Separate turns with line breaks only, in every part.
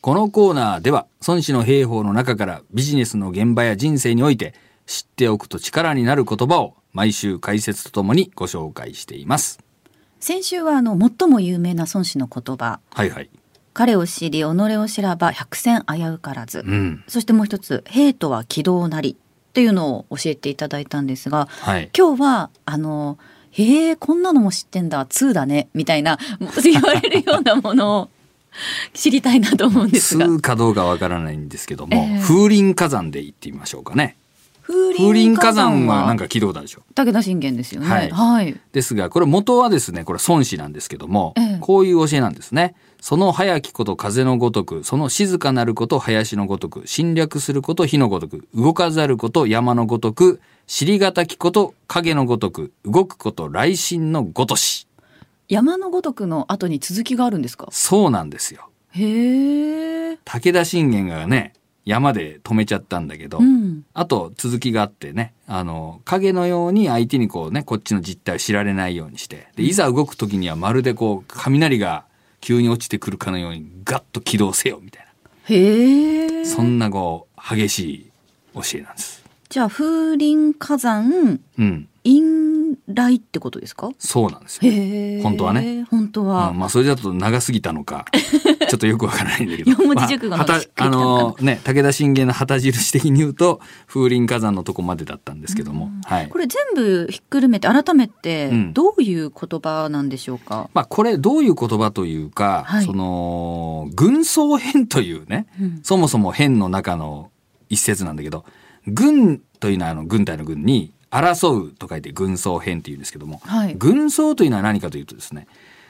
このコーナーでは孫子の兵法の中からビジネスの現場や人生において知っておくと力になる言葉を毎週解説とともにご紹介しています。
先週はあの最も有名な孫子の言葉
はいはい。
「彼を知り己を知らば百戦危うからず」
うん。
そしてもう一つ「兵とは軌道なり」っていうのを教えていただいたんですが
はい。
今日はあの「へえこんなのも知ってんだ2だね」みたいなもう言われるようなものを知りたいなと思うんですが
数かどうかわからないんですけども、
ええ
風林火山で行ってみましょうかね。
風
風林火山はなんか聞いたことあるでしょ。
武田信玄ですよね。
はい
はい。
ですが、これ元はですね、これ孫子なんですけども、
ええ
こういう教えなんですね。その早きこと風のごとく、その静かなること林のごとく、侵略すること火のごとく、動かざること山のごとく、知りがたきこと影のごとく、動くこと雷神のごとし。
山のごとくの後に続きがあるんですか。
そうなんですよ。
へえ。
武田信玄がね、山で止めちゃったんだけど、
うん。
あと続きがあってね、あの、影のように相手にこうね、こっちの実態を知られないようにして、で、いざ動く時にはまるでこう、雷が急に落ちてくるかのようにガッと起動せよ、みたい
へえ。
な。そんなこう、激しい教えなんです。
じゃあ風林火山
うん。
陰来ってことですか。
そうなんですよ。
へえ。
本当はね。
本当は。
うんまあ、それだと長すぎたのか、 ちょっとよくわからないんだけど。
四文字熟語の
まあはた
しっくりきた
あ
のかな
の、ね、武田信玄の旗印的に言うと、風林火山のとこまでだったんですけども、はい。
これ全部ひっくるめて改めて
うん
どういう言葉なんでしょうか。
まあ、これどういう言葉というか、
はい
その、軍曹編というね、
うん
そもそも編の中の一節なんだけど、軍というのはあの軍隊の軍に、争うと書いて軍曹編っていうんですけども、
はい。
軍曹というのは何かというとですね、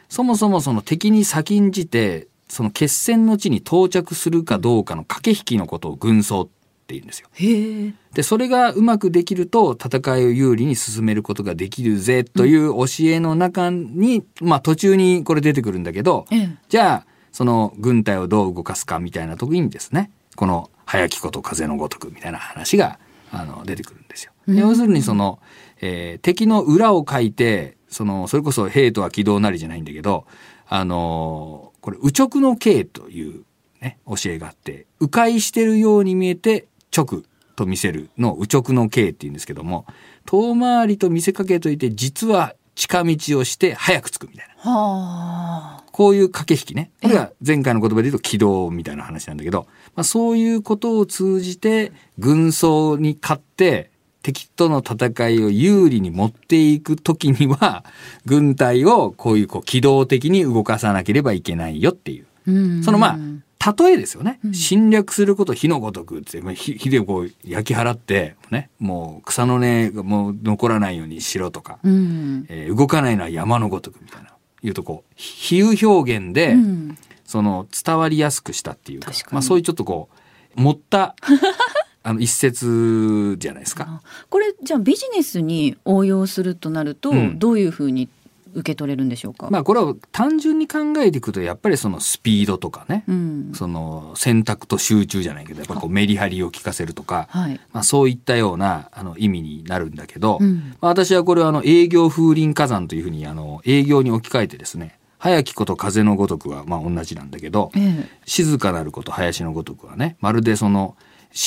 そもそもその敵に先んじて、その決戦の地に到着するかどうかの駆け引きのことを軍曹って言うんですよ。
へえ。
で、それがうまくできると戦いを有利に進めることができるぜという教えの中に、まあ途中にこれ出てくるんだけど、
ええ。
じゃあ、その軍隊をどう動かすかみたいな時にですね、この早きこと風のごとくみたいな話があの出てくるんですよ。
うん
で要するにその、えー敵の裏を書いて、その、それこそ兵とは軌道なりじゃないんだけど、あのーこれ、右直の刑というね、教えがあって、迂回してるように見えて直と見せるのを右直の刑って言うんですけども、遠回りと見せかけといて、実は近道をして早く着くみたいな。
はあ。
こういう駆け引きね。これが前回の言葉で言うと軌道みたいな話なんだけど、まあ、そういうことを通じて、軍曹に勝って、敵との戦いを有利に持っていくときには、 軍隊をこういうこう機動的に動かさなければいけないよっていう。
うん。
そのまあ、例えですよね
う。ん
侵略すること火のごとくって、まあ火火でこう焼き払って、ね、もう草の根がもう残らないようにしろとか、
うん。
えー動かないのは山のごとくみたいな。いうとこう、比喩表現で、
うん
その伝わりやすくしたっていうか
確かに
まあ、そういうちょっとこう持った あの一節じゃないですか。
あこれじゃあビジネスに応用するとなると、
うん
どういうふうに受け取れるんでしょうか、
まあ、これを単純に考えていくとやっぱりそのスピードとかね、
うん、
その選択と集中じゃないけどやっぱこうメリハリを効かせるとか、
はい、
まあ、そういったようなあの意味になるんだけど、
うん
まあ、私はこれはあの営業風林火山というふうにあの営業に置き換えてですね早きこと風のごとくはまあ同じなんだけど、
ええ
静かなること林のごとくはねまるでその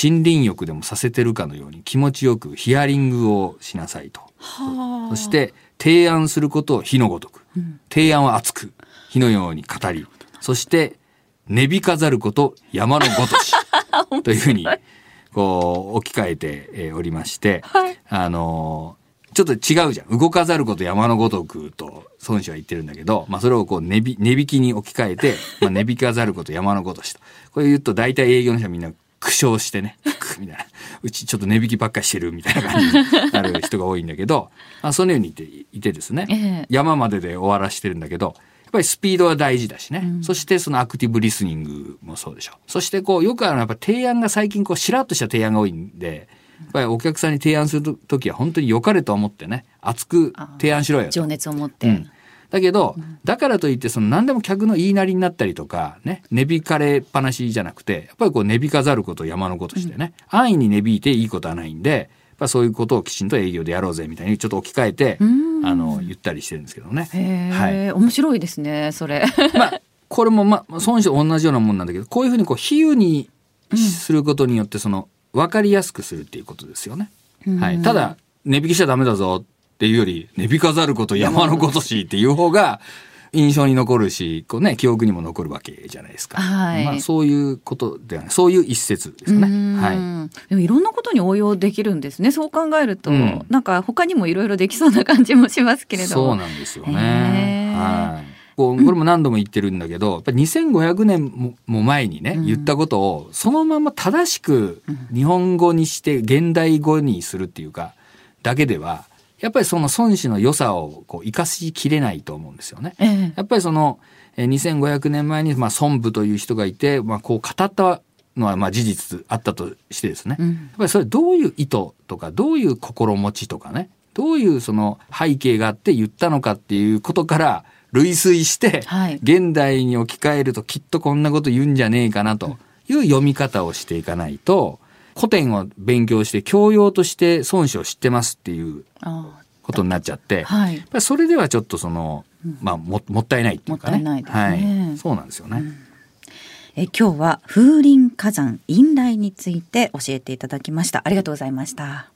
森林浴でもさせてるかのように気持ちよくヒアリングをしなさいと
はあ
そして提案することを火のごとく
うん
提案は熱く火のように語りそして根火飾ること山のごと しというふうにこう置き換えてえーおりまして
はい
あのーちょっと違うじゃん。動かざること山のごとくと孫子は言ってるんだけど、まあそれをこう値引値引きに置き換えて、まあ値引かざること山のごとしと。これ言うと大体営業の人はみんな苦笑してね、くみたいな。うちちょっと値引きばっかりしてるみたいな感じになる人が多いんだけど、まあそのように言っていてですね。
ええ
山までで終わらしてるんだけど、やっぱりスピードは大事だしね。
うん
そしてそのアクティブリスニングもそうでしょ。そしてこう、よくあの、やっぱ提案が最近こう、しらっとした提案が多いんで、やっぱりお客さんに提案するとときは本当に良かれと思ってね、熱く提案しろよと。
情熱を持っ
う
て、
ん、だけど、だからといってその何でも客の言いなりになったりとかね値引かれっぱなしじゃなくてやっぱりこう値引かざることを山のことしてね、安易に値引いていいことはないんでやっぱそういうことをきちんと営業でやろうぜみたいにちょっと置き換えて、
うん
あの言ったりしてるんですけどね。
へえ、
はい
面白いですねそれ
まあこれもまあ孫子と同じようなもんなんだけどこういうふうにこう比喩にすることによってその分かりやすくするっていうことですよね。は
う
い、
ん
ただ値引きしちゃダメだぞっていうより値引かざること山のことしっていう方が印象に残るしこう、ね、記憶にも残るわけじゃないですか、
はい
まあ、そういうことではないそういう一節ですか
うん
ね。はい
でもいろんなことに応用できるんですね。そう考えると、
うん
なんか他にもいろいろできそうな感じもしますけれど。
そうなんですよね
へ。ー
はい。こうこれも何度も言ってるんだけど、やっぱり2500年もも前にね、
うん
言ったことをそのまま正しく
うん
日本語にして現代語にするっていうかだけでは、やっぱりその孫子の良さをこう生かしきれないと思うんですよね。
ええ
やっぱりそのえー2500年前にまあ孫武という人がいて、まあこう語ったのはまあ事実あったとしてですね。
うん
やっぱりそれどういう意図とかどういう心持ちとかねどういうその背景があって言ったのかっていうことから類推して、
はい。
現代に置き換えるときっとこんなこと言うんじゃねえかなという読み方をしていかないと古典を勉強して教養として孫子を知ってますっていう
あ
ことになっちゃって
あ
やっ
はい。
ぱりそれではちょっとその、
うん
まあ、ももったいないっていうかね
もったいないですね
はい、そうなんですよね。
え今日は風林火山、陰来について教えていただきました。ありがとうございました。